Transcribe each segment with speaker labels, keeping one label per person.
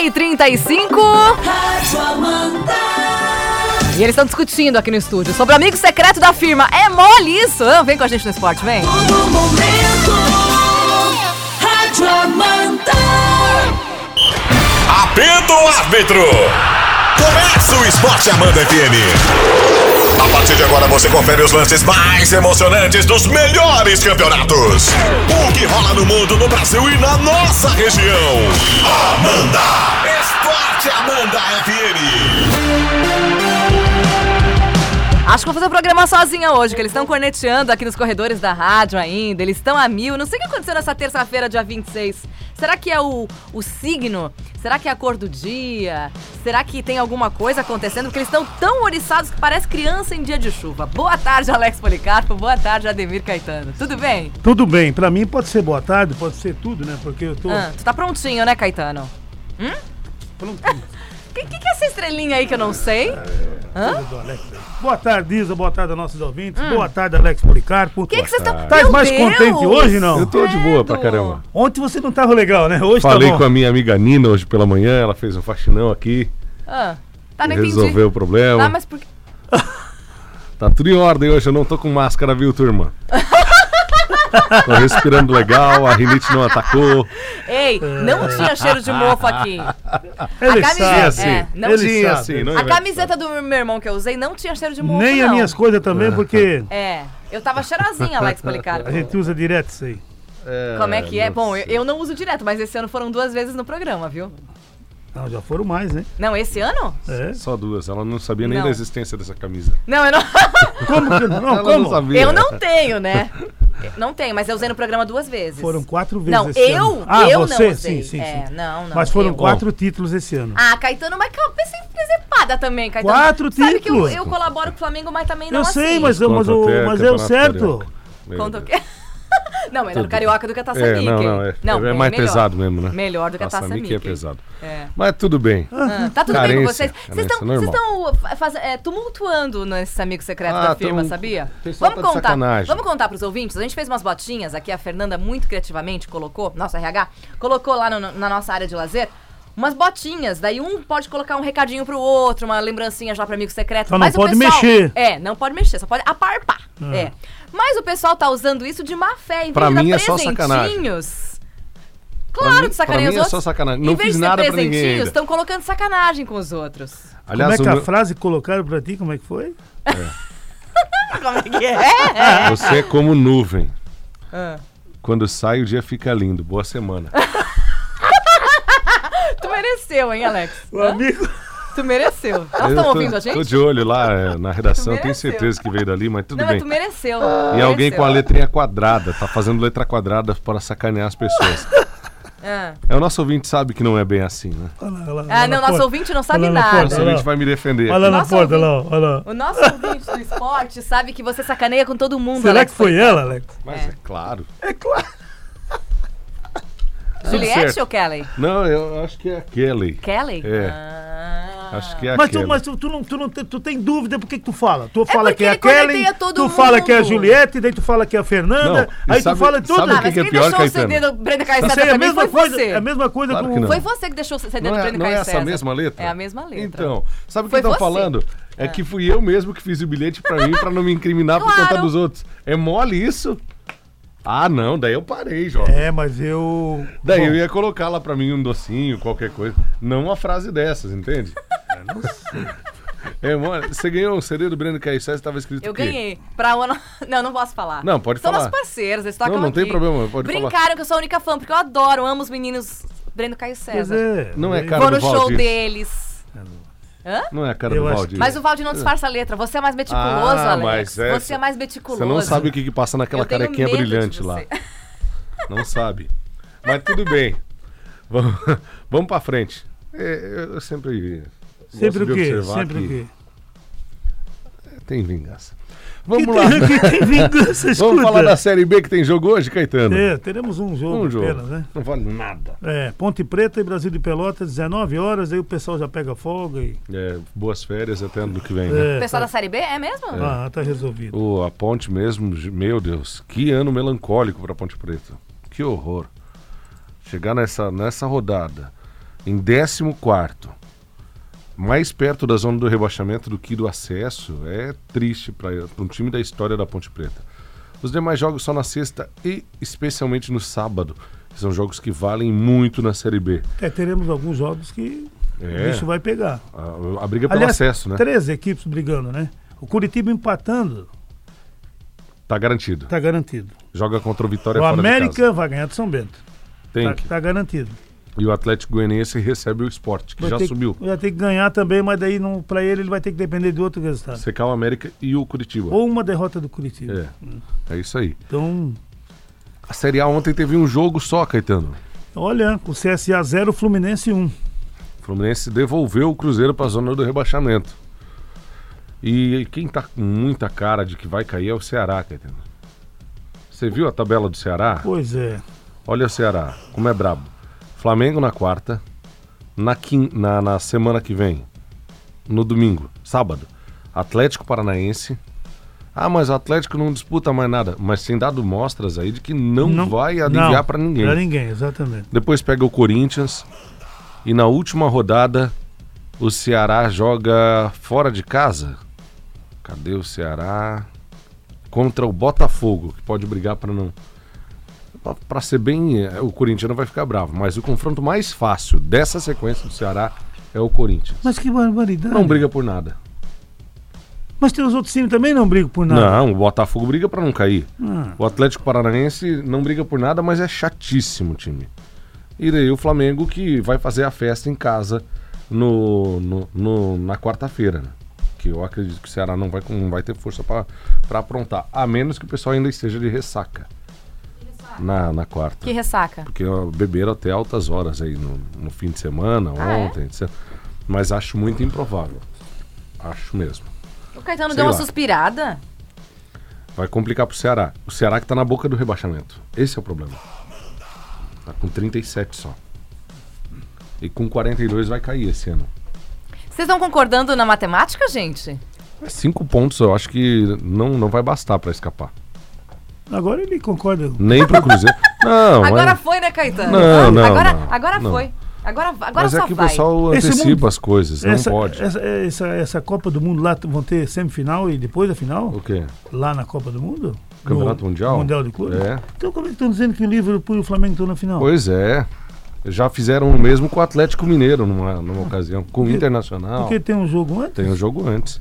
Speaker 1: e 35. E eles estão discutindo aqui no estúdio sobre o amigo secreto da firma. É mole isso? hã? Vem com a gente no esporte, vem.
Speaker 2: Apita o árbitro! Começa o Esporte Amanda FM! A partir de agora você confere os lances mais emocionantes dos melhores campeonatos. O que rola no mundo, no Brasil e na nossa região. Amanda! Esporte Amanda FM!
Speaker 1: Acho que vou fazer o programa sozinha hoje, que eles estão corneteando aqui nos corredores da rádio ainda. Eles estão a mil. Não sei o que aconteceu nessa terça-feira, dia 26. Será que é o, o signo? Será que é a cor do dia? Será que tem alguma coisa acontecendo? Porque eles estão tão oriçados que parece criança em dia de chuva. Boa tarde, Alex Policarpo. Boa tarde, Ademir Caetano. Tudo bem?
Speaker 3: Tudo bem, pra mim pode ser boa tarde, pode ser tudo, né? Porque eu tô
Speaker 1: Ah, tu tá prontinho, né, Caetano?
Speaker 3: prontinho
Speaker 1: O que, que que é essa estrelinha aí que eu não sei? Hã?
Speaker 3: do Alex. Boa tarde, Isa, boa tarde aos nossos ouvintes, boa tarde, Alex Policarpo.
Speaker 1: O Ah. que, que vocês estão...
Speaker 3: Tá mais contente hoje, não?
Speaker 4: Eu tô de boa pra
Speaker 1: Credo.
Speaker 4: caramba.
Speaker 3: Ontem você não tava legal, né? Hoje
Speaker 4: Falei
Speaker 3: tá bom.
Speaker 4: com a minha amiga Nina hoje pela manhã, ela fez um faxinão aqui,
Speaker 1: Ah, tá, não entendi.
Speaker 4: resolveu o problema.
Speaker 1: Ah, mas por que...
Speaker 4: Tá tudo em ordem hoje, eu não tô com máscara, viu, turma? tô respirando legal, a rinite não atacou.
Speaker 1: Ei, não tinha cheiro de mofo aqui.
Speaker 3: Ele
Speaker 1: a camiseta-
Speaker 3: sabe.
Speaker 1: É, não
Speaker 3: Ele
Speaker 4: tinha
Speaker 3: sabe.
Speaker 4: assim, não
Speaker 1: A
Speaker 4: inventa.
Speaker 1: camiseta do meu irmão que eu usei não tinha cheiro de mofo,
Speaker 3: Nem as
Speaker 1: não.
Speaker 3: minhas coisas também, porque
Speaker 1: É, eu tava cheirosinha, Alex Policarpo.
Speaker 3: a gente Ah, usa direto isso aí.
Speaker 1: Como é que é?
Speaker 4: não
Speaker 1: Bom, eu,
Speaker 4: sei.
Speaker 1: eu não uso direto, mas esse ano foram duas vezes no programa, viu?
Speaker 3: Não, já foram mais, né?
Speaker 1: Não, esse ano?
Speaker 3: É.
Speaker 4: Só duas, ela não sabia nem
Speaker 1: Não.
Speaker 4: da existência dessa camisa.
Speaker 1: Não, eu não,
Speaker 3: Como que não?
Speaker 4: Ela não
Speaker 3: como?
Speaker 4: sabia.
Speaker 1: eu não tenho, né? Não tenho, mas eu usei no programa duas vezes.
Speaker 3: Foram quatro vezes
Speaker 1: Não,
Speaker 3: esse
Speaker 1: eu,
Speaker 3: ano. Ah,
Speaker 1: eu
Speaker 3: você?
Speaker 1: não usei.
Speaker 3: Sim, sim,
Speaker 1: é,
Speaker 3: sim.
Speaker 1: não, não.
Speaker 3: Mas foram
Speaker 1: eu.
Speaker 3: quatro títulos esse ano.
Speaker 1: Ah, Caetano, mas calma, pensa em presepada também, Caetano.
Speaker 3: Quatro
Speaker 1: Sabe que eu,
Speaker 3: títulos.
Speaker 1: eu colaboro com o Flamengo, mas também não
Speaker 3: eu sei,
Speaker 1: assim.
Speaker 3: mas, eu- mas,
Speaker 4: Conta
Speaker 3: eu-
Speaker 4: até
Speaker 3: mas é o
Speaker 4: Campeonato
Speaker 3: certo.
Speaker 4: Carioca. Meu
Speaker 1: Conta o
Speaker 4: Deus.
Speaker 1: quê? Não, melhor o
Speaker 4: Tudo.
Speaker 1: carioca do que a taça
Speaker 4: É,
Speaker 1: Mickey.
Speaker 4: não, não, é, é
Speaker 1: bem
Speaker 4: mais
Speaker 1: melhor.
Speaker 4: pesado mesmo, né?
Speaker 1: Melhor do que a taça,
Speaker 4: Mickey
Speaker 1: Mickey.
Speaker 4: é pesado.
Speaker 1: É.
Speaker 4: Mas tudo bem.
Speaker 1: Ah, tá tudo bem com
Speaker 4: Carência,
Speaker 1: vocês? Vocês eh,
Speaker 4: carência,
Speaker 1: estão
Speaker 4: normal.
Speaker 1: tumultuando nesses amigos secretos
Speaker 4: Ah,
Speaker 1: da firma,
Speaker 4: tão-
Speaker 1: sabia?
Speaker 4: o pessoal
Speaker 1: Vamos
Speaker 4: tá de
Speaker 1: contar.
Speaker 4: sacanagem.
Speaker 1: Vamos contar pros ouvintes. A gente fez umas botinhas aqui, a Fernanda muito criativamente colocou, nossa RH, colocou lá no- na nossa área de lazer. Umas botinhas, daí um pode colocar um recadinho pro outro, uma lembrancinha já pro amigo secreto.
Speaker 3: Só não
Speaker 1: Mas o
Speaker 3: pode
Speaker 1: pessoal-
Speaker 3: mexer. Hum.
Speaker 1: É, não pode mexer, só pode aparpar. É. Mas o pessoal tá usando isso de má fé, em
Speaker 4: Pra
Speaker 1: vez de
Speaker 4: mim
Speaker 1: dar
Speaker 4: é só sacanagem.
Speaker 1: presentinhos.
Speaker 4: Pra
Speaker 1: Claro
Speaker 4: mim-
Speaker 1: que sacaneia
Speaker 4: pra
Speaker 1: os
Speaker 4: mim é
Speaker 1: outros.
Speaker 4: só sacanagem.
Speaker 1: Em
Speaker 4: Não
Speaker 1: vez
Speaker 4: fiz
Speaker 1: de ser
Speaker 4: nada pra ninguém
Speaker 1: presentinhos,
Speaker 4: ainda.
Speaker 1: estão colocando sacanagem com os outros.
Speaker 4: Aliás,
Speaker 3: como é que
Speaker 4: o
Speaker 3: a
Speaker 4: meu-
Speaker 3: frase colocaram pra ti? Como é que foi?
Speaker 1: Como é que é?
Speaker 4: Você é como nuvem.
Speaker 1: Ah.
Speaker 4: Quando sai, o dia fica lindo. Boa semana.
Speaker 1: Tu mereceu, hein, Alex?
Speaker 3: O amigo.
Speaker 1: Tu mereceu. Elas
Speaker 4: Eu
Speaker 1: estão
Speaker 4: tô-
Speaker 1: ouvindo a gente?
Speaker 4: Tô de olho lá é, na redação, tenho
Speaker 1: mereceu.
Speaker 4: certeza que veio dali, mas tudo
Speaker 1: Não, mas
Speaker 4: bem.
Speaker 1: tu mereceu.
Speaker 4: E alguém com a letrinha quadrada, tá fazendo letra quadrada para sacanear as pessoas.
Speaker 1: Ah,
Speaker 4: É o nosso ouvinte sabe que não é bem assim, né?
Speaker 3: Olha lá, olha
Speaker 1: ah não,
Speaker 3: lá na
Speaker 1: nosso
Speaker 3: porta.
Speaker 1: ouvinte não sabe
Speaker 3: Olha lá na
Speaker 1: nada.
Speaker 4: Nosso
Speaker 3: Olha lá.
Speaker 4: ouvinte vai me defender.
Speaker 3: Olha lá na
Speaker 1: Nosso
Speaker 3: porta, olha lá,
Speaker 1: ouvinte.
Speaker 3: olha lá.
Speaker 1: O nosso ouvinte do esporte sabe que você sacaneia com todo mundo,
Speaker 3: Será
Speaker 1: Alex.
Speaker 3: que foi ela, Alex?
Speaker 4: Mas é claro.
Speaker 1: Juliette
Speaker 4: certo.
Speaker 1: ou é Kelly?
Speaker 4: Não, eu acho que é aquele.
Speaker 1: Kelly?
Speaker 4: É.
Speaker 1: Ah.
Speaker 4: Acho que é
Speaker 3: Mas,
Speaker 4: aquele.
Speaker 3: tu, mas tu, tu não, tu, não, tem- tu tem dúvida por que que tu fala? Tu fala
Speaker 1: porque
Speaker 3: que é a
Speaker 1: ele corneteia
Speaker 3: Kelly,
Speaker 1: todo
Speaker 3: tu fala que é a
Speaker 1: mundo.
Speaker 3: Juliette, daí tu fala que é a Fernanda,
Speaker 4: Não, e
Speaker 3: aí tu
Speaker 4: sabe-
Speaker 3: fala tudo.
Speaker 4: sabe
Speaker 1: Ah,
Speaker 4: o que
Speaker 1: mas
Speaker 4: que é
Speaker 1: quem
Speaker 4: pior,
Speaker 1: deixou o CD
Speaker 4: Caetano?
Speaker 1: do Brenda
Speaker 3: Eu
Speaker 1: Caiceta
Speaker 3: sei, é a
Speaker 1: também
Speaker 3: mesma
Speaker 1: foi
Speaker 3: coisa,
Speaker 1: você.
Speaker 3: é a mesma coisa
Speaker 4: Claro
Speaker 3: com-
Speaker 4: que não.
Speaker 1: Foi você que deixou o CD
Speaker 4: Não
Speaker 1: do
Speaker 4: é,
Speaker 1: Brenda
Speaker 4: não é
Speaker 1: Caiceta.
Speaker 4: essa mesma letra?
Speaker 1: É a mesma letra.
Speaker 4: Então, sabe o
Speaker 1: Foi
Speaker 4: que estão
Speaker 1: você.
Speaker 4: falando? É que fui eu mesmo que fiz o bilhete pra mim, pra não me incriminar por
Speaker 1: Claro.
Speaker 4: conta dos outros. É mole isso? Ah, não, daí eu parei, jovem.
Speaker 3: É, mas eu.
Speaker 4: Daí
Speaker 3: Bom,
Speaker 4: eu ia colocar lá pra mim um docinho, qualquer coisa. Não uma frase dessas, entende? É, mole. Você ganhou um CD do Breno Caicés, tava escrito
Speaker 1: Eu
Speaker 4: o quê?
Speaker 1: ganhei. Pra ano... Não, não posso falar.
Speaker 4: Não, pode
Speaker 1: São
Speaker 4: falar.
Speaker 1: nossos parceiros, eles tocam
Speaker 4: Não, não tem
Speaker 1: aqui.
Speaker 4: problema, pode falar.
Speaker 1: Brincaram que eu sou a única fã, porque eu adoro, amo os meninos Breno Caio
Speaker 3: Pois
Speaker 1: César.
Speaker 3: é.
Speaker 4: Não é
Speaker 3: Eu-
Speaker 4: cara
Speaker 1: Vou
Speaker 4: do
Speaker 1: no show
Speaker 4: Valdir.
Speaker 1: deles.
Speaker 4: Não é a cara
Speaker 3: Eu
Speaker 4: do
Speaker 3: acho
Speaker 4: Valdir.
Speaker 3: que-
Speaker 1: Mas o Valdir não disfarça a letra. Você é mais meticuloso,
Speaker 4: Ah,
Speaker 1: Alex.
Speaker 4: mas é-
Speaker 1: Você é mais meticuloso.
Speaker 4: Você não sabe o que, que passa naquela
Speaker 1: Eu tenho
Speaker 4: carequinha é
Speaker 1: medo de
Speaker 4: brilhante
Speaker 1: você.
Speaker 4: lá. Não sabe. Mas tudo bem. Vamos, vamos pra frente. É, Eu, eu sempre. gosto
Speaker 3: Sempre
Speaker 4: de
Speaker 3: o quê?
Speaker 4: observar
Speaker 3: Sempre o
Speaker 4: que
Speaker 3: quê?
Speaker 4: Tem vingança. Vamos
Speaker 3: Que
Speaker 4: lá.
Speaker 3: tem- que tem vingança, escuta.
Speaker 4: Vamos falar da Série B que tem jogo hoje, Caetano?
Speaker 3: É, teremos um jogo,
Speaker 4: um jogo.
Speaker 3: apenas, né?
Speaker 4: Não vale nada.
Speaker 3: É, Ponte Preta e Brasil de Pelotas, 19 horas, aí o pessoal já pega folga e.
Speaker 4: É, boas férias até ano que vem, né?
Speaker 3: É,
Speaker 1: O pessoal
Speaker 3: tá,
Speaker 1: da Série B é mesmo?
Speaker 3: ah, tá resolvido.
Speaker 4: Ô, a ponte mesmo, j- meu Deus, que ano melancólico pra Ponte Preta. Que horror. Chegar nessa, nessa rodada em 14º, mais perto da zona do rebaixamento do que do acesso, é triste para um time da história da Ponte Preta. Os demais jogos só na sexta e especialmente no sábado. que São jogos que valem muito na Série B.
Speaker 3: É, teremos alguns jogos que
Speaker 4: É.
Speaker 3: isso vai pegar.
Speaker 4: A, a briga pelo acesso, né?
Speaker 3: três equipes brigando, né? O Curitiba empatando,
Speaker 4: Tá garantido.
Speaker 3: tá garantido.
Speaker 4: Joga contra o Vitória
Speaker 3: o
Speaker 4: Tá fora de
Speaker 3: América vai ganhar do São Bento.
Speaker 4: casa. Tem
Speaker 3: Tá,
Speaker 4: que.
Speaker 3: tá garantido.
Speaker 4: E o Atlético Goianiense recebe o Sport, que
Speaker 3: Vai
Speaker 4: já
Speaker 3: ter
Speaker 4: subiu.
Speaker 3: Que, vai ter que ganhar também, mas daí não, pra ele ele vai ter que depender de outro resultado.
Speaker 4: Secar o América e o Curitiba.
Speaker 3: Ou uma derrota do Curitiba.
Speaker 4: É. É isso aí.
Speaker 3: Então,
Speaker 4: A Série A ontem teve um jogo só, Caetano.
Speaker 3: olha, o CSA 0, Fluminense 1.
Speaker 4: O Fluminense devolveu o Cruzeiro para a zona do rebaixamento. E quem tá com muita cara de que vai cair é o Ceará, Caetano. Você viu a tabela do Ceará?
Speaker 3: Pois é.
Speaker 4: Olha o Ceará, como é brabo. Flamengo na quarta, na, quin... na, na semana que vem, no domingo, sábado, Atlético Paranaense. Ah, mas o Atlético não disputa mais nada. Mas tem dado mostras aí de que não, vai aliviar para ninguém.
Speaker 3: Pra ninguém, exatamente.
Speaker 4: Depois pega o Corinthians. E na última rodada, o Ceará joga fora de casa. Cadê o Ceará? Contra o Botafogo, que pode brigar para não. pra- Pra ser bem. eh, O Corinthians não vai ficar bravo, mas o confronto mais fácil dessa sequência do Ceará é o Corinthians.
Speaker 3: Mas que barbaridade.
Speaker 4: Não briga por nada.
Speaker 3: Mas tem os outros times também não brigam por nada.
Speaker 4: Não, o Botafogo briga pra não cair.
Speaker 3: Ah.
Speaker 4: O Atlético Paranaense não briga por nada, mas é chatíssimo o time. E daí o Flamengo que vai fazer a festa em casa no, no- no- na quarta-feira, né? Que eu acredito que o Ceará não vai, com- não vai ter força pra pra aprontar. A menos que o pessoal ainda esteja de ressaca na, na quarta.
Speaker 1: Que ressaca.
Speaker 4: Porque ó, beberam até altas horas aí no, no fim de semana,
Speaker 1: Ah, é?
Speaker 4: ontem, etc. Mas acho muito improvável. Acho mesmo.
Speaker 1: O Caetano
Speaker 4: Sei
Speaker 1: deu uma
Speaker 4: lá.
Speaker 1: suspirada.
Speaker 4: Vai complicar pro Ceará. O Ceará que tá na boca do rebaixamento. Esse é o problema. Tá com 37 só. E com 42 vai cair esse ano.
Speaker 1: Vocês estão concordando na matemática, gente?
Speaker 4: É Cinco pontos eu acho que não, não vai bastar pra escapar.
Speaker 3: Agora ele concorda.
Speaker 4: Nem pro Cruzeiro. Não,
Speaker 1: agora
Speaker 4: é...
Speaker 1: foi, né, Caetano?
Speaker 4: Não, não,
Speaker 1: Agora,
Speaker 4: não,
Speaker 1: agora
Speaker 4: não.
Speaker 1: foi. Agora, agora
Speaker 4: mas
Speaker 1: só
Speaker 4: é que o
Speaker 1: vai.
Speaker 4: pessoal
Speaker 3: Esse
Speaker 4: antecipa
Speaker 3: mundo-
Speaker 4: as coisas. Não
Speaker 3: essa, é-
Speaker 4: pode.
Speaker 3: Essa, essa, essa Copa do Mundo lá t- vão ter semifinal e depois a final?
Speaker 4: O quê?
Speaker 3: Lá na Copa do Mundo?
Speaker 4: Campeonato
Speaker 3: No
Speaker 4: Mundial?
Speaker 3: Mundial de Clube?
Speaker 4: É.
Speaker 3: Então como é que estão dizendo que o Liverpool e o Flamengo estão na final?
Speaker 4: Pois é. Já fizeram o mesmo com o Atlético Mineiro numa, numa ocasião. Com o Internacional.
Speaker 3: Porque tem um jogo antes?
Speaker 4: Tem um jogo antes.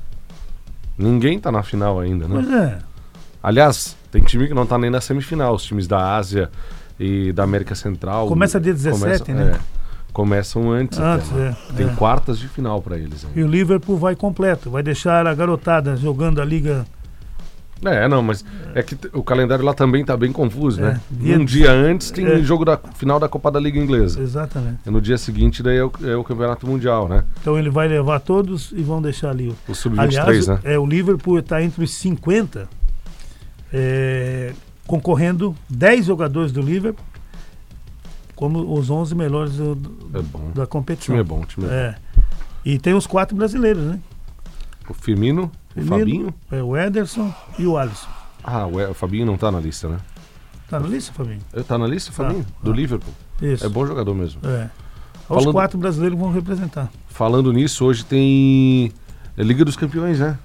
Speaker 4: Ninguém tá na final ainda, né?
Speaker 3: Pois é.
Speaker 4: Aliás, tem time que não tá nem na semifinal. Os times da Ásia e da América Central.
Speaker 3: Começa dia 17,
Speaker 4: começam-
Speaker 3: né?
Speaker 4: é, começam antes.
Speaker 3: Antes,
Speaker 4: até, né?
Speaker 3: é,
Speaker 4: Tem
Speaker 3: é.
Speaker 4: quartas de final pra eles né? ainda.
Speaker 3: E o Liverpool vai completo, vai deixar a garotada jogando a liga.
Speaker 4: É, não, mas é que t- o calendário lá também tá bem confuso, né?
Speaker 3: É, dia-
Speaker 4: um dia antes tem
Speaker 3: é.
Speaker 4: jogo da final da Copa da Liga Inglesa.
Speaker 3: Exatamente.
Speaker 4: E no dia seguinte daí é o, é o Campeonato Mundial, né?
Speaker 3: Então ele vai levar todos e vão deixar ali. o-
Speaker 4: O
Speaker 3: Aliás,
Speaker 4: Sub-23, né?
Speaker 3: é, o Liverpool está entre os 50, é, concorrendo 10 jogadores do Liverpool como os 11 melhores do- do-
Speaker 4: É bom. O
Speaker 3: da competição.
Speaker 4: time é bom, o time é, bom.
Speaker 3: É. E tem os quatro brasileiros, né?
Speaker 4: O Firmino, o
Speaker 3: Firmino,
Speaker 4: Fabinho.
Speaker 3: É o Ederson e o Alisson.
Speaker 4: Ah, o, o Fabinho não tá na lista, né?
Speaker 3: Tá na lista, Fabinho?
Speaker 4: Eh, Tá na lista, o Fabinho?
Speaker 3: Tá,
Speaker 4: Do
Speaker 3: tá.
Speaker 4: Liverpool.
Speaker 3: Isso.
Speaker 4: É bom jogador mesmo.
Speaker 3: É. Os
Speaker 4: Falando-
Speaker 3: quatro brasileiros vão representar.
Speaker 4: Falando nisso, hoje tem é Liga dos Campeões, né?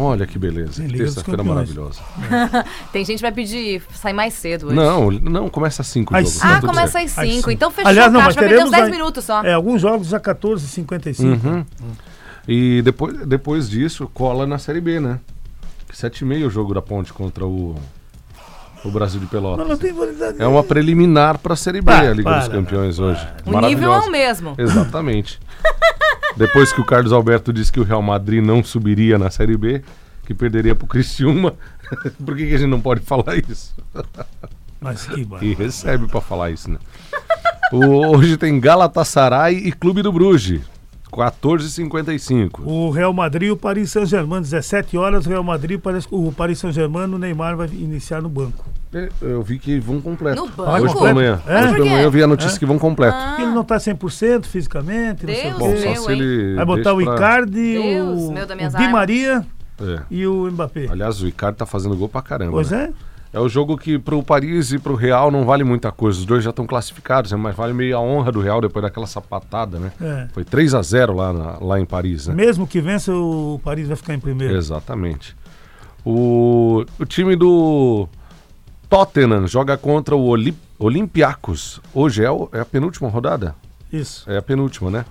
Speaker 4: Olha que beleza.
Speaker 3: Tem
Speaker 4: que
Speaker 3: Liga dos
Speaker 4: Terça-feira
Speaker 3: Campeões.
Speaker 4: maravilhosa.
Speaker 1: Tem gente que vai pedir sair mais cedo hoje.
Speaker 4: Não, não, começa às 5
Speaker 3: Às cinco.
Speaker 1: Ah,
Speaker 3: tudo
Speaker 4: é?
Speaker 1: começa às 5.
Speaker 3: Às cinco.
Speaker 1: Então fechou
Speaker 3: Aliás,
Speaker 1: o
Speaker 3: não,
Speaker 1: caixa,
Speaker 3: mas
Speaker 1: vai perder uns 10
Speaker 3: teremos aí-
Speaker 1: minutos só.
Speaker 3: É, alguns jogos a 14h55.
Speaker 4: Uhum. E depois, depois disso, cola na Série B, né? 7h30 o jogo da Ponte contra o, o Brasil de
Speaker 3: Mas não
Speaker 4: Pelotas.
Speaker 3: tem validade.
Speaker 4: É uma preliminar pra Série B
Speaker 3: Para,
Speaker 4: a Liga dos
Speaker 3: para,
Speaker 4: Campeões hoje.
Speaker 1: o nível é
Speaker 4: Maravilhosa.
Speaker 1: o mesmo.
Speaker 4: Exatamente. Depois que o Carlos Alberto disse que o Real Madrid não subiria na Série B, que perderia pro Criciúma, por que que a gente não pode falar isso?
Speaker 3: Mas que bar-
Speaker 4: E recebe pra falar isso, né? O- hoje tem Galatasaray e Clube do Bruges. 14h55.
Speaker 3: O Real Madrid e o Paris Saint-Germain, 17 horas, Real Madrid, parece que o Paris Saint-Germain, o Neymar vai iniciar no banco.
Speaker 4: Eu vi que vão completo.
Speaker 1: No banco?
Speaker 4: Hoje pela manhã.
Speaker 3: É?
Speaker 4: Hoje
Speaker 1: Por
Speaker 4: pela
Speaker 1: quê? Ah,
Speaker 4: manhã eu vi a notícia que vão completo.
Speaker 3: Ele não tá 100% fisicamente, não sei o
Speaker 1: Deus
Speaker 4: Bom,
Speaker 3: quê.
Speaker 1: meu.
Speaker 4: só
Speaker 1: Meu,
Speaker 4: se ele.
Speaker 3: Vai botar
Speaker 4: deixa
Speaker 3: o
Speaker 4: pra-
Speaker 3: Icardi,
Speaker 1: Deus,
Speaker 3: o,
Speaker 1: meu, das
Speaker 3: o
Speaker 1: minhas
Speaker 3: Di
Speaker 1: armas.
Speaker 3: Maria
Speaker 4: É.
Speaker 3: e o Mbappé.
Speaker 4: né? Aliás, o Icardi tá fazendo gol pra caramba.
Speaker 3: Pois
Speaker 4: né?
Speaker 3: é.
Speaker 4: É o jogo que pro Paris e pro Real não vale muita coisa. Os dois já estão classificados, né? mas vale meio a honra do Real depois daquela sapatada, né?
Speaker 3: É.
Speaker 4: Foi 3 a 0 lá, na- lá em Paris, né?
Speaker 3: Mesmo que vença, o Paris vai ficar em primeiro.
Speaker 4: Exatamente. O, o time do Tottenham joga contra o Oli- Olympiacos. Hoje é, o- é a penúltima rodada?
Speaker 3: Isso.
Speaker 4: É a penúltima, né?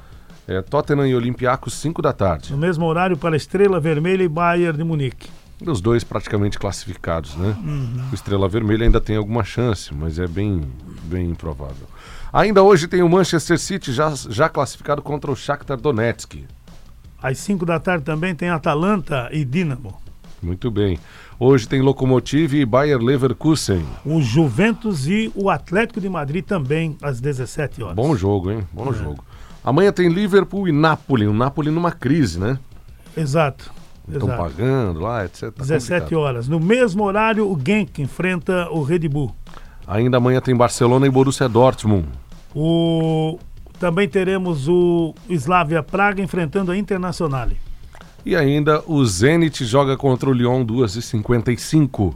Speaker 4: É Tottenham e Olympiacos, 5 da tarde.
Speaker 3: No mesmo horário para Estrela Vermelha e Bayern de Munique.
Speaker 4: Os dois praticamente classificados, né? O Estrela Vermelha ainda tem alguma chance, mas é bem, bem improvável. Ainda hoje tem o Manchester City já, já classificado contra o Shakhtar Donetsk.
Speaker 3: Às 5 da tarde também tem Atalanta e Dinamo.
Speaker 4: Muito bem. Hoje tem Lokomotiv e Bayer Leverkusen.
Speaker 3: O Juventus e o Atlético de Madrid também às 17 horas.
Speaker 4: Bom jogo, hein?
Speaker 3: É.
Speaker 4: Bom jogo. Amanhã tem Liverpool e Napoli. O Napoli numa crise, né?
Speaker 3: Exato.
Speaker 4: Estão
Speaker 3: Exato.
Speaker 4: pagando lá, etc. Tá
Speaker 3: 17
Speaker 4: complicado.
Speaker 3: horas. No mesmo horário, o Genk enfrenta o Red Bull.
Speaker 4: Ainda amanhã tem Barcelona e Borussia Dortmund.
Speaker 3: O... Também teremos o Slavia Praga enfrentando a Internacional.
Speaker 4: E ainda o Zenit joga contra o Lyon 2h55.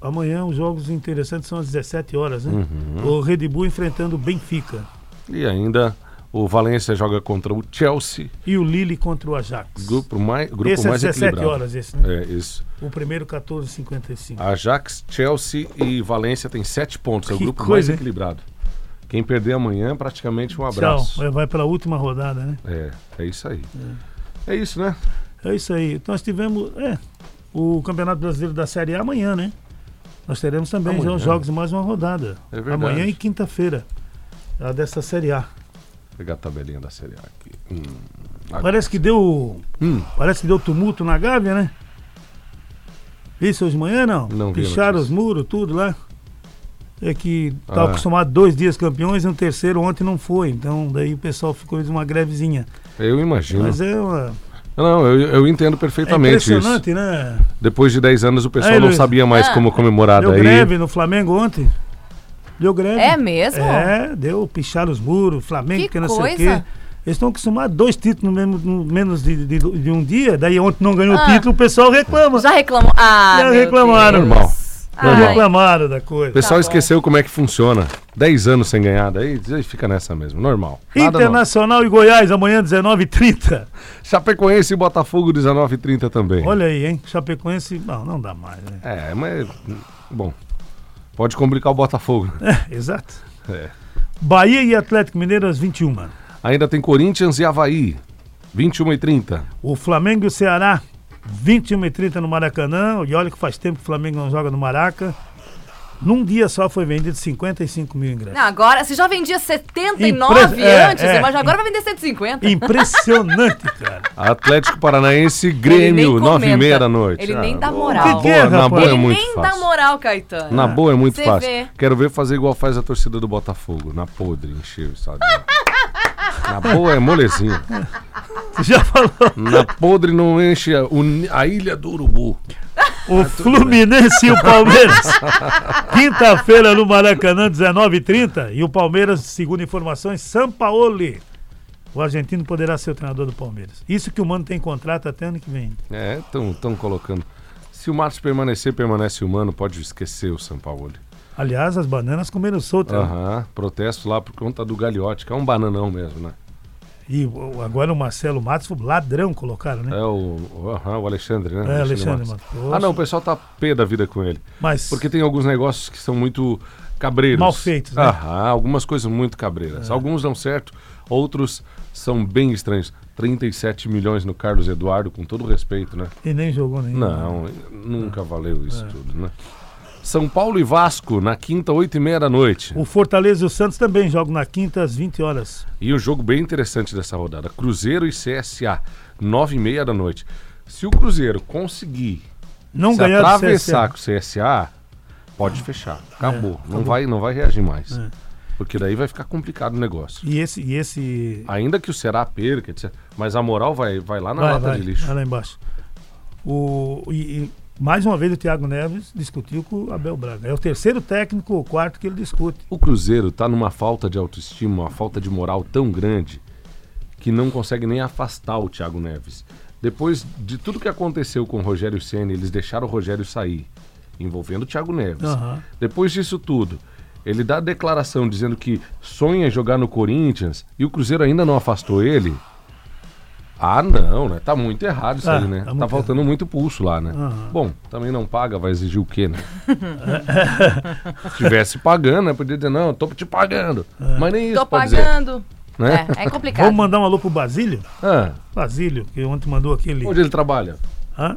Speaker 3: Amanhã os jogos interessantes são às 17 horas, né?
Speaker 4: Uhum.
Speaker 3: O Red Bull enfrentando o Benfica.
Speaker 4: E ainda o Valência joga contra o Chelsea.
Speaker 3: E o Lille contra o Ajax.
Speaker 4: Grupo mais, grupo
Speaker 3: esse é
Speaker 4: mais
Speaker 3: 17
Speaker 4: equilibrado.
Speaker 3: horas, esse, né?
Speaker 4: É, isso.
Speaker 3: O primeiro 14h55.
Speaker 4: Ajax, Chelsea e Valência tem sete pontos. É o
Speaker 3: Que
Speaker 4: grupo mais
Speaker 3: coisa, hein?
Speaker 4: equilibrado. Quem perder amanhã, praticamente um
Speaker 3: Tchau.
Speaker 4: abraço.
Speaker 3: Vai- Vai pela última rodada, né?
Speaker 4: É, é isso aí. É isso, né?
Speaker 3: É isso aí. Nós tivemos é, o Campeonato Brasileiro da Série A amanhã, né? Nós teremos também já
Speaker 4: Amanhã.
Speaker 3: os jogos, mais uma rodada.
Speaker 4: É verdade.
Speaker 3: Amanhã e quinta-feira. A dessa Série A.
Speaker 4: Vou pegar a tabelinha da Série A aqui. Hum,
Speaker 3: Parece que deu.
Speaker 4: Hum.
Speaker 3: Parece que deu tumulto na Gávea, né? Isso hoje de manhã não?
Speaker 4: Não vi a
Speaker 3: Picharam
Speaker 4: notícia.
Speaker 3: os muros, tudo lá. É que estava
Speaker 4: Ah.
Speaker 3: acostumado dois dias campeões e um terceiro ontem não foi. Então daí o pessoal ficou fez uma grevezinha.
Speaker 4: eu imagino.
Speaker 3: Mas é, uma,
Speaker 4: Não, eu, eu entendo
Speaker 3: é
Speaker 4: perfeitamente isso.
Speaker 3: impressionante, né?
Speaker 4: Depois de 10 anos o pessoal
Speaker 3: Aí,
Speaker 4: não
Speaker 3: Luiz.
Speaker 4: sabia mais
Speaker 1: Ah.
Speaker 4: como comemorar
Speaker 3: Deu
Speaker 4: daí.
Speaker 3: greve no Flamengo ontem. Deu greve.
Speaker 1: É mesmo?
Speaker 3: É, deu, picharam os muros, Flamengo,
Speaker 1: Que
Speaker 3: que, não sei o quê.
Speaker 1: coisa.
Speaker 3: Eles estão acostumados a dois títulos no mesmo, no menos de, de- de um dia, daí ontem não ganhou o
Speaker 1: Ah.
Speaker 3: título, o pessoal reclama.
Speaker 1: Já reclamou. Ah,
Speaker 3: Já
Speaker 1: meu
Speaker 3: reclamaram.
Speaker 1: Deus.
Speaker 4: Normal.
Speaker 1: Ai,
Speaker 4: Normal.
Speaker 3: Reclamaram da
Speaker 4: O
Speaker 3: coisa.
Speaker 4: pessoal
Speaker 1: Tá bom.
Speaker 4: esqueceu como é que funciona. 10 anos sem ganhar, daí daí fica nessa mesmo, normal. Nada novo.
Speaker 3: Internacional e Goiás, amanhã 19h30.
Speaker 4: Chapecoense e Botafogo 19h30 também.
Speaker 3: Olha aí, hein? Chapecoense, não, não dá mais, né?
Speaker 4: É, mas. Bom. Pode complicar o Botafogo.
Speaker 3: É, exato.
Speaker 4: É.
Speaker 3: Bahia e Atlético Mineiro às 21
Speaker 4: Ainda tem Corinthians e Havaí. 21h30.
Speaker 3: O Flamengo e o Ceará, 21h30 no Maracanã. E olha que faz tempo que o Flamengo não joga no Maraca. Num dia só foi vendido 55 mil ingressos.
Speaker 1: Não, agora, se já vendia 79
Speaker 3: Impres- é,
Speaker 1: antes,
Speaker 3: é.
Speaker 1: mas agora vai vender 150.
Speaker 3: Impressionante, cara.
Speaker 4: Atlético Paranaense,
Speaker 1: Ele nem
Speaker 4: Grêmio,
Speaker 1: comenta.
Speaker 4: 9h30 da noite. Ah,
Speaker 1: Ele nem tá dá
Speaker 4: na
Speaker 1: moral.
Speaker 4: boa,
Speaker 3: Que que é,
Speaker 4: na boa
Speaker 3: rapaz?
Speaker 4: é
Speaker 1: Ele
Speaker 4: muito
Speaker 1: nem dá
Speaker 4: fácil.
Speaker 1: moral, Caetano.
Speaker 4: Na boa é muito
Speaker 1: Você
Speaker 4: fácil.
Speaker 1: vê.
Speaker 4: Quero ver fazer igual faz a torcida do Botafogo. Na podre, encher o estádio. Na boa é molezinha.
Speaker 3: Você já falou.
Speaker 4: Na podre não enche a, o- a ilha do Urubu.
Speaker 3: O Fluminense e o Palmeiras. Quinta-feira no Maracanã, 19h30. E o Palmeiras, segundo informações, Sampaoli. O argentino poderá ser o treinador do Palmeiras. Isso que o Mano tem contrato até ano que vem.
Speaker 4: É, estão colocando. Se o Marcos permanecer, permanece humano, pode esquecer o São Paulo.
Speaker 3: Aliás, as bananas comeram solta. né?
Speaker 4: Aham, protesto lá por conta do Gagliotti, que é um bananão mesmo, né?
Speaker 3: E o- agora o Marcelo Matos, o ladrão, colocaram, né?
Speaker 4: É o, o- aham, o Alexandre, né?
Speaker 3: É, Alexandre
Speaker 4: Matos.
Speaker 3: Matos.
Speaker 4: Ah, não, o pessoal tá pé da vida com ele.
Speaker 3: Mas
Speaker 4: Porque tem alguns negócios que são muito cabreiros.
Speaker 3: Mal feitos, né? É.
Speaker 4: Aham, algumas coisas muito cabreiras. Alguns dão certo, outros são bem estranhos. 37 milhões no Carlos Eduardo, com todo respeito, né?
Speaker 3: ele nem jogou nem.
Speaker 4: Não, nunca valeu
Speaker 3: É.
Speaker 4: isso tudo, né? São Paulo e Vasco, na quinta, oito e meia da noite.
Speaker 3: O Fortaleza e o Santos também jogam na quinta às 20 horas.
Speaker 4: E um jogo bem interessante dessa rodada. Cruzeiro e CSA, nove e meia da noite. Se o Cruzeiro conseguir
Speaker 3: Não
Speaker 4: se
Speaker 3: ganhar do
Speaker 4: atravessar
Speaker 3: CSA.
Speaker 4: com o CSA, pode fechar. Acabou. Não, vai, não vai reagir mais.
Speaker 3: É.
Speaker 4: Porque daí vai ficar complicado o negócio.
Speaker 3: E esse, e esse
Speaker 4: Ainda que o Ceará perca, etc. Mas a moral vai, vai lá na
Speaker 3: vai,
Speaker 4: lata
Speaker 3: vai,
Speaker 4: de lixo.
Speaker 3: vai lá embaixo. O, e, e mais uma vez o Thiago Neves discutiu com o Abel Braga. É o terceiro técnico ou quarto que ele discute.
Speaker 4: O Cruzeiro tá numa falta de autoestima, uma falta de moral tão grande que não consegue nem afastar o Thiago Neves. Depois de tudo que aconteceu com o Rogério Senna, eles deixaram o Rogério sair. envolvendo o Thiago Neves.
Speaker 3: Aham.
Speaker 4: Depois disso tudo, ele dá a declaração dizendo que sonha em jogar no Corinthians e o Cruzeiro ainda não afastou ele. Ah, não, né? Tá muito errado isso
Speaker 3: Tá,
Speaker 4: aí, né?
Speaker 3: tá
Speaker 4: Tá,
Speaker 3: muito
Speaker 4: faltando muito pulso lá, né?
Speaker 3: Aham.
Speaker 4: Bom, também não paga, vai exigir o quê, né? Se tivesse pagando, né? Podia dizer, não, tô te pagando.
Speaker 3: É.
Speaker 4: Mas nem isso
Speaker 1: Tô
Speaker 4: pode
Speaker 1: pagando.
Speaker 4: dizer, né?
Speaker 1: É, é complicado.
Speaker 3: Vamos mandar um alô pro Basílio?
Speaker 4: Ah,
Speaker 3: Basílio, que ontem mandou aquele.
Speaker 4: onde ele trabalha?
Speaker 3: Hã?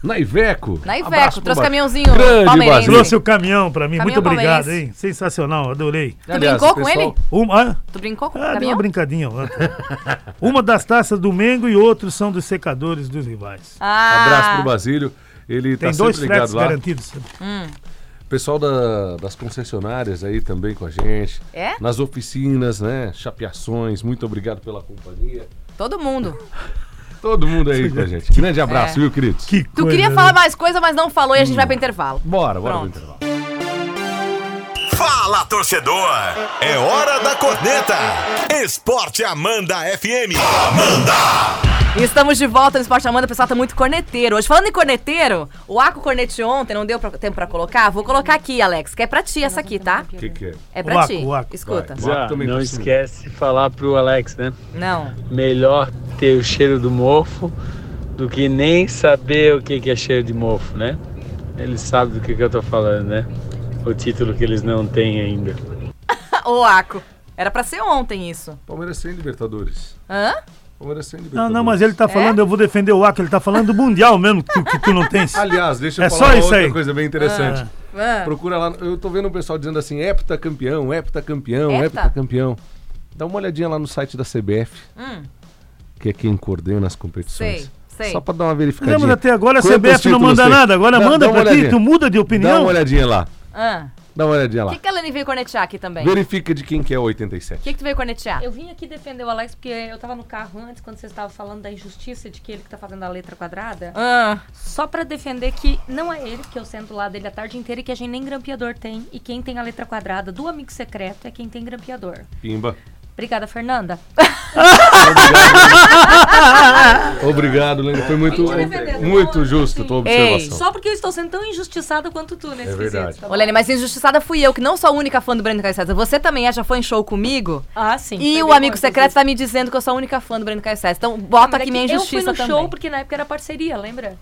Speaker 4: Na Iveco.
Speaker 1: Na
Speaker 4: Abraço
Speaker 1: Iveco,
Speaker 4: pro
Speaker 1: trouxe
Speaker 4: Ba-
Speaker 1: caminhãozinho
Speaker 4: Grande
Speaker 1: palmeirense.
Speaker 4: Basílio.
Speaker 3: Trouxe o caminhão pra mim.
Speaker 1: Caminhão
Speaker 3: Muito obrigado,
Speaker 1: palmeirense.
Speaker 3: hein? Sensacional, adorei.
Speaker 1: brincou com
Speaker 4: pessoal-
Speaker 1: ele?
Speaker 3: Uma, hã?
Speaker 1: Tu brincou com o
Speaker 3: Ah, deu uma
Speaker 1: caminhão?
Speaker 3: brincadinha ontem. uma das taças do Mengo e outros são dos secadores dos rivais.
Speaker 1: Ah,
Speaker 4: Abraço pro Basílio. Ele
Speaker 3: Tem
Speaker 4: tá
Speaker 3: dois
Speaker 4: sempre ligado
Speaker 3: fretes
Speaker 4: lá.
Speaker 3: garantidos.
Speaker 4: Pessoal da- das concessionárias aí também com a gente.
Speaker 1: É?
Speaker 4: Nas oficinas, né? Chapeações, muito obrigado pela companhia.
Speaker 1: todo mundo.
Speaker 4: Todo mundo aí com a gente. Grande abraço,
Speaker 1: É.
Speaker 4: viu, queridos?
Speaker 3: Que
Speaker 1: Tu
Speaker 3: coisa,
Speaker 1: queria
Speaker 3: né?
Speaker 1: falar mais coisa, mas não falou e a gente vai
Speaker 4: Hum.
Speaker 1: pro intervalo.
Speaker 4: Bora, bora pro
Speaker 1: Pronto.
Speaker 4: intervalo.
Speaker 2: Fala, torcedor! É hora da corneta! Esporte Amanda FM! Amanda!
Speaker 1: E Estamos de volta no Esporte Amanda, o pessoal tá muito corneteiro. Hoje, falando em corneteiro, o Aco Cornete ontem, não deu pra- tempo pra colocar? Vou colocar aqui, Alex, que é pra ti essa aqui, tá?
Speaker 4: O que, que é?
Speaker 1: É
Speaker 3: O
Speaker 1: pra
Speaker 3: Aco,
Speaker 1: ti.
Speaker 3: o Aco.
Speaker 1: Escuta.
Speaker 4: Vai.
Speaker 5: Ah,
Speaker 4: também
Speaker 5: não
Speaker 4: por cima.
Speaker 5: esquece de falar pro Alex, né?
Speaker 1: Não.
Speaker 5: Melhor ter o cheiro do mofo do que nem saber o que que é cheiro de mofo, né? Ele sabe do que, que eu tô falando, né? O título que eles não têm ainda.
Speaker 1: Ô, Aco. Era pra ser ontem isso.
Speaker 4: Palmeiras sem Libertadores.
Speaker 1: Hã?
Speaker 4: Palmeiras sem Libertadores.
Speaker 3: Não, não, mas ele
Speaker 1: É?
Speaker 3: tá falando, eu vou defender o Acre, ele tá falando do Mundial mesmo, que tu, que tu não tens.
Speaker 4: Aliás, deixa eu
Speaker 3: É
Speaker 4: falar
Speaker 3: só
Speaker 4: uma
Speaker 3: isso
Speaker 4: outra
Speaker 3: aí.
Speaker 4: coisa bem interessante.
Speaker 1: Hã?
Speaker 4: Procura lá. Eu tô vendo o pessoal dizendo assim, heptacampeão, heptacampeão,
Speaker 1: Hepta?
Speaker 4: heptacampeão. Dá uma olhadinha lá no site da CBF, que é quem coordena as competições.
Speaker 1: Hum. Sei, sei.
Speaker 4: Só pra dar uma verificadinha.
Speaker 3: Lembra até agora a
Speaker 4: Quantos
Speaker 3: CBF não
Speaker 4: títulos
Speaker 3: manda
Speaker 4: tem?
Speaker 3: nada, agora
Speaker 4: Dá- dá
Speaker 3: manda
Speaker 4: uma
Speaker 3: pra ti,
Speaker 4: olhadinha.
Speaker 3: tu muda de
Speaker 4: Dá
Speaker 3: opinião.
Speaker 4: uma olhadinha lá.
Speaker 1: Hã?
Speaker 4: Dá uma olhadinha
Speaker 1: O
Speaker 4: lá.
Speaker 1: que, que a Lani veio cornetear aqui também? O
Speaker 4: Verifica de quem que é o 87.
Speaker 1: que, que tu veio cornetear?
Speaker 6: Eu vim aqui defender o Alex porque eu tava no carro antes, quando vocês estavam falando da injustiça de que ele que tá fazendo a letra quadrada.
Speaker 1: Hã?
Speaker 6: Só pra defender que não é ele, porque eu sento lá dele a tarde inteira e que a gente nem grampeador tem. E quem tem a letra quadrada do amigo secreto é quem tem grampeador.
Speaker 4: Pimba.
Speaker 6: Obrigada, Fernanda.
Speaker 4: Obrigado, Lênin. Foi muito,
Speaker 6: defendendo.
Speaker 4: muito justo a tua
Speaker 1: Ei,
Speaker 4: observação.
Speaker 6: Só porque eu estou sendo tão injustiçada quanto tu nesse
Speaker 4: É verdade.
Speaker 6: quesito, tá bom?
Speaker 1: Ô, Lene, mas injustiçada fui eu, que não sou a única fã do Breno Caio César. Você também é, já foi em show comigo?
Speaker 6: Ah, sim.
Speaker 1: E
Speaker 6: Perdeu
Speaker 1: o amigo
Speaker 6: quantas
Speaker 1: secreto
Speaker 6: vezes?
Speaker 1: tá me dizendo que eu sou a única fã do Breno Caio César. Então bota
Speaker 6: Mas é
Speaker 1: aqui
Speaker 6: que
Speaker 1: minha
Speaker 6: Eu fui
Speaker 1: injustiça
Speaker 6: no
Speaker 1: também.
Speaker 6: show porque na época era parceria, lembra?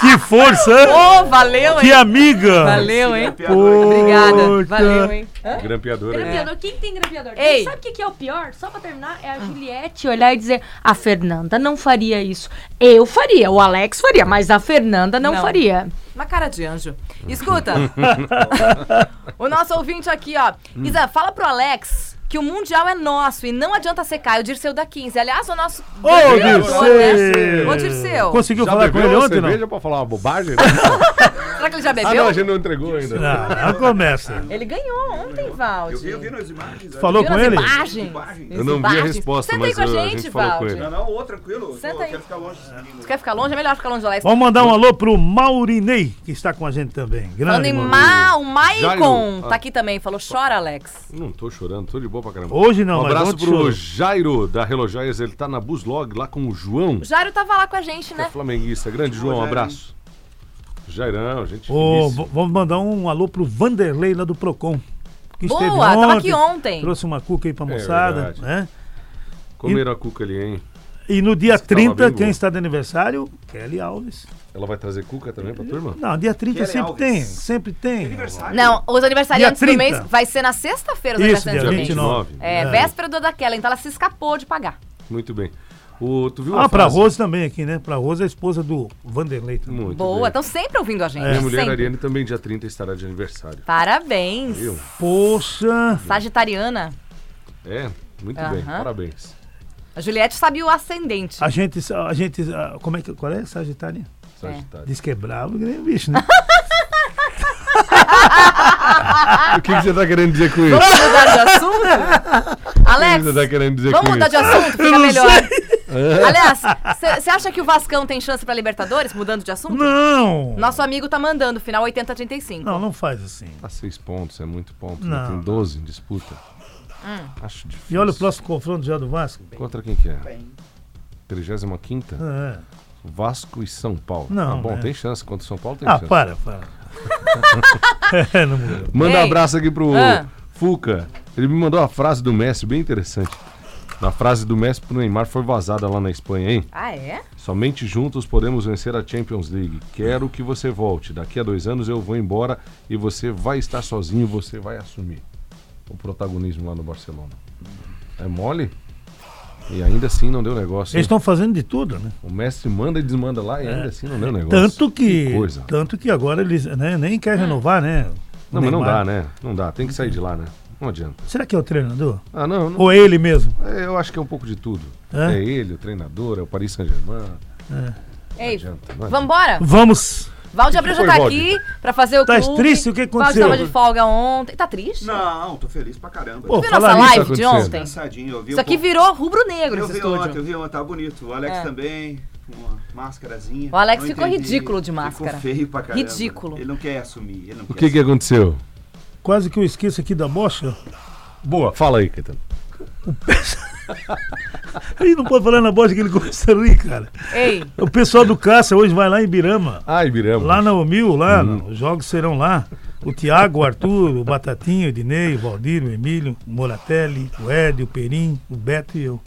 Speaker 3: Que força, hein?
Speaker 1: Ô, valeu, hein?
Speaker 3: que amiga.
Speaker 1: Valeu, hein?
Speaker 3: Poxa.
Speaker 1: Obrigada. Valeu, hein? Hã?
Speaker 4: Grampeador aí.
Speaker 6: Grampeador, quem tem grampeador?
Speaker 1: Ei.
Speaker 6: E Sabe o que, que é o pior? Só pra terminar, é a Juliette olhar e dizer: a Fernanda não faria isso. Eu faria, o Alex faria, mas a Fernanda não,
Speaker 1: Não.
Speaker 6: faria.
Speaker 1: Uma cara de anjo. Escuta. o nosso ouvinte aqui, ó. Isa, fala pro Alex que o Mundial é nosso e não adianta secar. O Dirceu da 15. Aliás, o nosso...
Speaker 3: Ô,
Speaker 1: Dirceu!
Speaker 3: Dirceu!
Speaker 1: Ô, Dirceu.
Speaker 3: Conseguiu
Speaker 4: Já
Speaker 3: falar com
Speaker 4: bebeu
Speaker 3: ele
Speaker 4: uma
Speaker 3: ontem, não?
Speaker 4: cerveja pra falar uma bobagem?
Speaker 1: Será que ele já
Speaker 4: ah, não,
Speaker 1: bebeu?
Speaker 4: a gente não entregou ainda.
Speaker 3: Ah, começa.
Speaker 1: Ele ganhou ontem, Valdi.
Speaker 7: Eu vi nas imagens. ali.
Speaker 3: Falou
Speaker 1: Viu
Speaker 3: com
Speaker 1: nas
Speaker 3: ele?
Speaker 1: imagens?
Speaker 7: Imagens.
Speaker 4: Eu não vi a
Speaker 1: Imagens.
Speaker 4: resposta,
Speaker 1: Senta aí
Speaker 4: mas
Speaker 1: com a
Speaker 4: eu- a
Speaker 1: gente,
Speaker 4: gente falou com
Speaker 1: Valdi.
Speaker 4: ele.
Speaker 7: Não, não, ô, tranquilo.
Speaker 1: Senta
Speaker 7: eu
Speaker 1: aí.
Speaker 7: quero ficar longe desse menino.
Speaker 1: Tu quer ficar longe? É melhor ficar longe do Alex.
Speaker 3: Vamos mandar um alô pro Maurinei, que está com a gente também.
Speaker 1: Falando
Speaker 3: Grande
Speaker 1: em
Speaker 3: Maurinei.
Speaker 1: Ma, o Maicon
Speaker 4: Jairo.
Speaker 1: tá aqui também. Falou, chora, Alex.
Speaker 4: Não tô chorando, tô de boa pra caramba.
Speaker 3: Hoje não,
Speaker 4: Um
Speaker 3: mas
Speaker 4: abraço
Speaker 3: ontem
Speaker 4: pro
Speaker 3: chorou.
Speaker 4: Jairo da Relojoias, ele tá na Buslog lá com o João,
Speaker 1: O Jairo tava lá com a gente,
Speaker 4: que é
Speaker 1: né?
Speaker 4: flamenguista. Grande João, um abraço. Jairão, gente.
Speaker 3: Ô, v-
Speaker 4: finíssima.
Speaker 3: vamos mandar um alô pro Vanderlei lá do Procon. Que
Speaker 1: Boa,
Speaker 3: esteve
Speaker 1: tava
Speaker 3: ontem,
Speaker 1: aqui ontem.
Speaker 3: Trouxe uma cuca aí pra moçada,
Speaker 4: É verdade.
Speaker 3: né?
Speaker 4: Comeram a cuca ali, hein?
Speaker 3: E no dia
Speaker 4: Esse tava bem
Speaker 3: 30,
Speaker 4: bom.
Speaker 3: quem está de aniversário? Kelly Alves.
Speaker 4: Ela vai trazer cuca também pra turma?
Speaker 3: Não, dia 30
Speaker 7: Kelly
Speaker 3: sempre
Speaker 7: Alves. É
Speaker 3: tem, sempre tem.
Speaker 7: Aniversário.
Speaker 1: Não, os aniversariantes
Speaker 3: Dia
Speaker 1: do
Speaker 3: 30.
Speaker 1: mês vai ser na sexta-feira, os
Speaker 3: Isso, dia
Speaker 1: aniversariantes do mês.
Speaker 3: 29.
Speaker 1: É,
Speaker 3: É.
Speaker 1: véspera do daquela, então ela se escapou de pagar.
Speaker 4: Muito bem. O, tu viu a
Speaker 3: Ah, pra
Speaker 4: frase?
Speaker 3: Rose também aqui, né? Pra Rose, a esposa do Vanderlei também.
Speaker 4: Muito
Speaker 1: Boa,
Speaker 4: bem.
Speaker 1: estão sempre ouvindo a gente.
Speaker 4: Minha mulher
Speaker 1: sempre.
Speaker 4: Ariane também dia 30 estará de aniversário.
Speaker 1: Parabéns.
Speaker 4: Viu?
Speaker 3: Poxa,
Speaker 1: Sagitariana.
Speaker 4: É, muito bem.
Speaker 1: Aham.
Speaker 4: Parabéns.
Speaker 1: A Juliette sabe o ascendente.
Speaker 3: a gente, a gente, a- como é que, qual é, Sagitário?
Speaker 4: Sagitário.
Speaker 3: Diz que é bravo, que nem bicho, né?
Speaker 4: O que, que você tá querendo dizer com isso? O
Speaker 1: Vamos mudar de assunto?
Speaker 4: que você tá
Speaker 1: Alex,
Speaker 4: querendo dizer
Speaker 1: vamos
Speaker 4: com
Speaker 1: mudar de
Speaker 4: isso?
Speaker 1: assunto? Fica
Speaker 3: não
Speaker 1: melhor. Aliás, você acha que o Vascão tem chance pra Libertadores, mudando de assunto?
Speaker 3: Não!
Speaker 1: Nosso amigo tá mandando, final 80-35.
Speaker 3: Não, não faz assim.
Speaker 4: Ah, seis pontos, é muito ponto.
Speaker 3: Não.
Speaker 4: né? Tem 12 em disputa.
Speaker 1: Hum.
Speaker 4: Acho difícil. é?
Speaker 3: E olha o próximo confronto já do Vasco.
Speaker 4: Contra quem que é? 35
Speaker 3: É.
Speaker 4: Vasco e São Paulo.
Speaker 3: Não,
Speaker 4: Tá bom,
Speaker 3: né?
Speaker 4: tem chance. Contra o São Paulo tem
Speaker 3: Ah,
Speaker 4: chance.
Speaker 3: para, para. é, não mudou.
Speaker 4: Manda
Speaker 1: Ei.
Speaker 4: um abraço aqui pro
Speaker 1: Ah.
Speaker 4: Fuca. Ele me mandou uma frase do Messi, bem interessante. A frase do Messi pro Neymar foi vazada lá na Espanha, hein?
Speaker 1: Ah, é?
Speaker 4: Somente juntos podemos vencer a Champions League. Quero que você volte. Daqui a dois anos eu vou embora e você vai estar sozinho, você vai assumir o protagonismo lá no Barcelona. É mole? E ainda assim não deu negócio.
Speaker 3: Eles
Speaker 4: hein?
Speaker 3: estão fazendo de tudo, né?
Speaker 4: O Messi manda e desmanda lá e ainda assim não deu negócio.
Speaker 3: É. Tanto que,
Speaker 4: coisa.
Speaker 3: tanto que agora eles né, nem quer
Speaker 1: É.
Speaker 3: renovar, né? o
Speaker 4: Não, mas não dá,
Speaker 3: Neymar.
Speaker 4: né? Não dá. Tem que sair de lá, né? Não adianta.
Speaker 3: Será que é o treinador?
Speaker 4: Ah, não. não...
Speaker 3: Ou ele mesmo?
Speaker 4: É, Eu acho que é um pouco de tudo.
Speaker 3: É?
Speaker 4: É, ele, o treinador, é o Paris Saint-Germain.
Speaker 1: Ei,
Speaker 4: adianta, não é?
Speaker 1: vambora?
Speaker 3: Vamos!
Speaker 1: Valde Abreu já
Speaker 4: Foi,
Speaker 1: tá
Speaker 4: Valde.
Speaker 1: aqui pra fazer o
Speaker 3: Tá
Speaker 1: clube.
Speaker 3: triste? O que aconteceu?
Speaker 1: Valde tava de folga ontem. Tá triste?
Speaker 7: Não, tô feliz pra caramba.
Speaker 3: Pô,
Speaker 7: Tô
Speaker 1: Viu
Speaker 3: falar
Speaker 1: nossa
Speaker 3: nisso
Speaker 1: live de
Speaker 4: acontecendo.
Speaker 1: ontem?
Speaker 7: cansadinho, eu vi.
Speaker 1: Isso
Speaker 7: o
Speaker 1: aqui
Speaker 7: povo-
Speaker 1: virou rubro-negro
Speaker 7: Eu
Speaker 1: esse
Speaker 7: vi
Speaker 1: estúdio.
Speaker 7: ontem, eu vi ontem, tá bonito. O Alex
Speaker 1: É.
Speaker 7: também, com uma máscarazinha.
Speaker 1: O Alex
Speaker 7: Não
Speaker 1: ficou
Speaker 7: entendi.
Speaker 1: ridículo de máscara.
Speaker 7: Ficou feio pra caramba.
Speaker 1: Ridículo.
Speaker 7: Ele não quer assumir, ele não
Speaker 4: O
Speaker 7: quer
Speaker 4: que que aconteceu?
Speaker 3: Quase que eu esqueço aqui da bocha.
Speaker 4: Boa. Fala aí, Caetano.
Speaker 3: Aí não pode falar na bocha que ele começa a rir, cara.
Speaker 1: Ei,
Speaker 3: O pessoal do Caça hoje vai lá em Birama.
Speaker 4: Ai, Birama.
Speaker 3: Lá na Omil,
Speaker 4: Hum.
Speaker 3: lá, os jogos serão lá. O Tiago, o Arthur, o Batatinho, o Ednei, o Valdir, o Emílio, o Moratelli, o Ed, o Perim, o Beto e eu.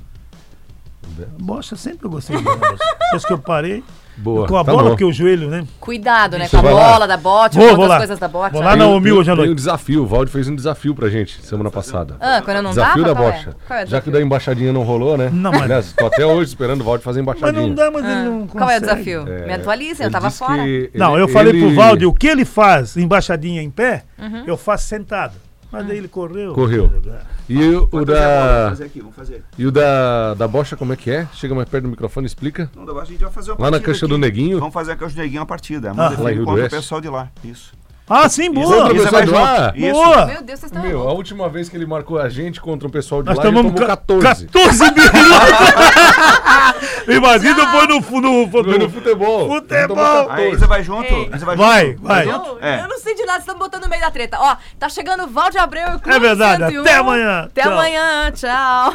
Speaker 4: Beto.
Speaker 3: Bocha, sempre eu gostei de bocha. Depois que eu parei,
Speaker 4: Boa.
Speaker 3: com a
Speaker 4: tá
Speaker 3: bola,
Speaker 4: bom.
Speaker 3: porque o joelho, né?
Speaker 1: cuidado, né?
Speaker 4: Você
Speaker 1: Com a
Speaker 4: vai
Speaker 1: bola
Speaker 4: lá?
Speaker 1: da bote,
Speaker 3: Vou,
Speaker 1: com
Speaker 3: vou
Speaker 1: outras
Speaker 3: lá.
Speaker 1: coisas da bote.
Speaker 3: Vou
Speaker 1: né?
Speaker 3: lá na
Speaker 4: Tem-
Speaker 3: Omil
Speaker 4: tem-
Speaker 3: hoje à
Speaker 4: Tem um
Speaker 3: noite.
Speaker 4: desafio. O Valde fez um desafio pra gente semana passada.
Speaker 1: Ah, quando não dá,
Speaker 4: desafio da
Speaker 1: qual é?
Speaker 4: bocha.
Speaker 1: Qual é o
Speaker 4: Já que o
Speaker 1: desafio?
Speaker 4: da embaixadinha não rolou, né?
Speaker 3: Não, mas-
Speaker 4: Aliás, tô até hoje esperando o Valde fazer
Speaker 3: Mas
Speaker 4: embaixadinha.
Speaker 3: não dá, mas ele não consegue.
Speaker 1: Qual é o desafio?
Speaker 4: É,
Speaker 1: Me atualizem, eu
Speaker 4: ele
Speaker 1: tava
Speaker 4: disse
Speaker 1: fora.
Speaker 4: que ele-
Speaker 3: Não, eu falei pro
Speaker 4: ele
Speaker 3: Valdir, o que ele faz, embaixadinha em pé,
Speaker 1: Uhum.
Speaker 3: eu faço sentado. Mas
Speaker 1: Ah.
Speaker 3: daí ele correu.
Speaker 4: Correu. E o, é o
Speaker 7: Vamos fazer agora, Vamos
Speaker 4: da.
Speaker 7: fazer aqui, vamos fazer.
Speaker 4: E o da, da bocha, como é que é? Chega mais perto do microfone e explica.
Speaker 7: Não, agora a gente vai fazer uma
Speaker 4: Lá na
Speaker 7: partida
Speaker 4: cancha
Speaker 7: aqui.
Speaker 4: do Neguinho.
Speaker 7: Vamos fazer a cancha do Neguinho uma partida. Manda
Speaker 4: lá em
Speaker 7: ah,
Speaker 4: Rio do
Speaker 7: contra o
Speaker 4: Oeste.
Speaker 7: pessoal de lá. Isso.
Speaker 3: Ah, sim, boa.
Speaker 4: Isso, é
Speaker 7: Isso,
Speaker 4: pessoal
Speaker 7: vai
Speaker 4: de
Speaker 7: junto.
Speaker 4: lá?
Speaker 7: Isso.
Speaker 3: Boa.
Speaker 1: Meu Deus, vocês estão
Speaker 4: Meu, a
Speaker 1: loucos.
Speaker 4: última vez que ele marcou a gente contra um pessoal de
Speaker 3: Nós
Speaker 4: lá, ele
Speaker 3: tomamos
Speaker 4: tomou
Speaker 3: ca-
Speaker 4: 14.
Speaker 3: 14 minutos. Imagina, foi no, fu- no, fu-
Speaker 4: Foi no
Speaker 3: no-
Speaker 4: futebol.
Speaker 3: Futebol.
Speaker 4: Ele tomou
Speaker 7: Aí
Speaker 4: 14.
Speaker 7: Isa vai junto.
Speaker 1: Ei.
Speaker 7: Isa vai,
Speaker 3: Vai,
Speaker 7: junto. É.
Speaker 3: vai.
Speaker 7: junto?
Speaker 1: Eu, eu não sei de nada, estamos botando no meio da treta. Ó, tá chegando o Valde Abreu e o Clube
Speaker 3: É verdade,
Speaker 1: 101.
Speaker 3: até amanhã.
Speaker 1: Até
Speaker 3: Tchau.
Speaker 1: amanhã, tchau.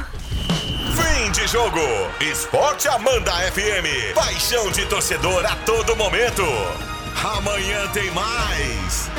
Speaker 2: Fim de jogo. Esporte Amanda FM. Paixão de torcedor a todo momento. Amanhã tem mais.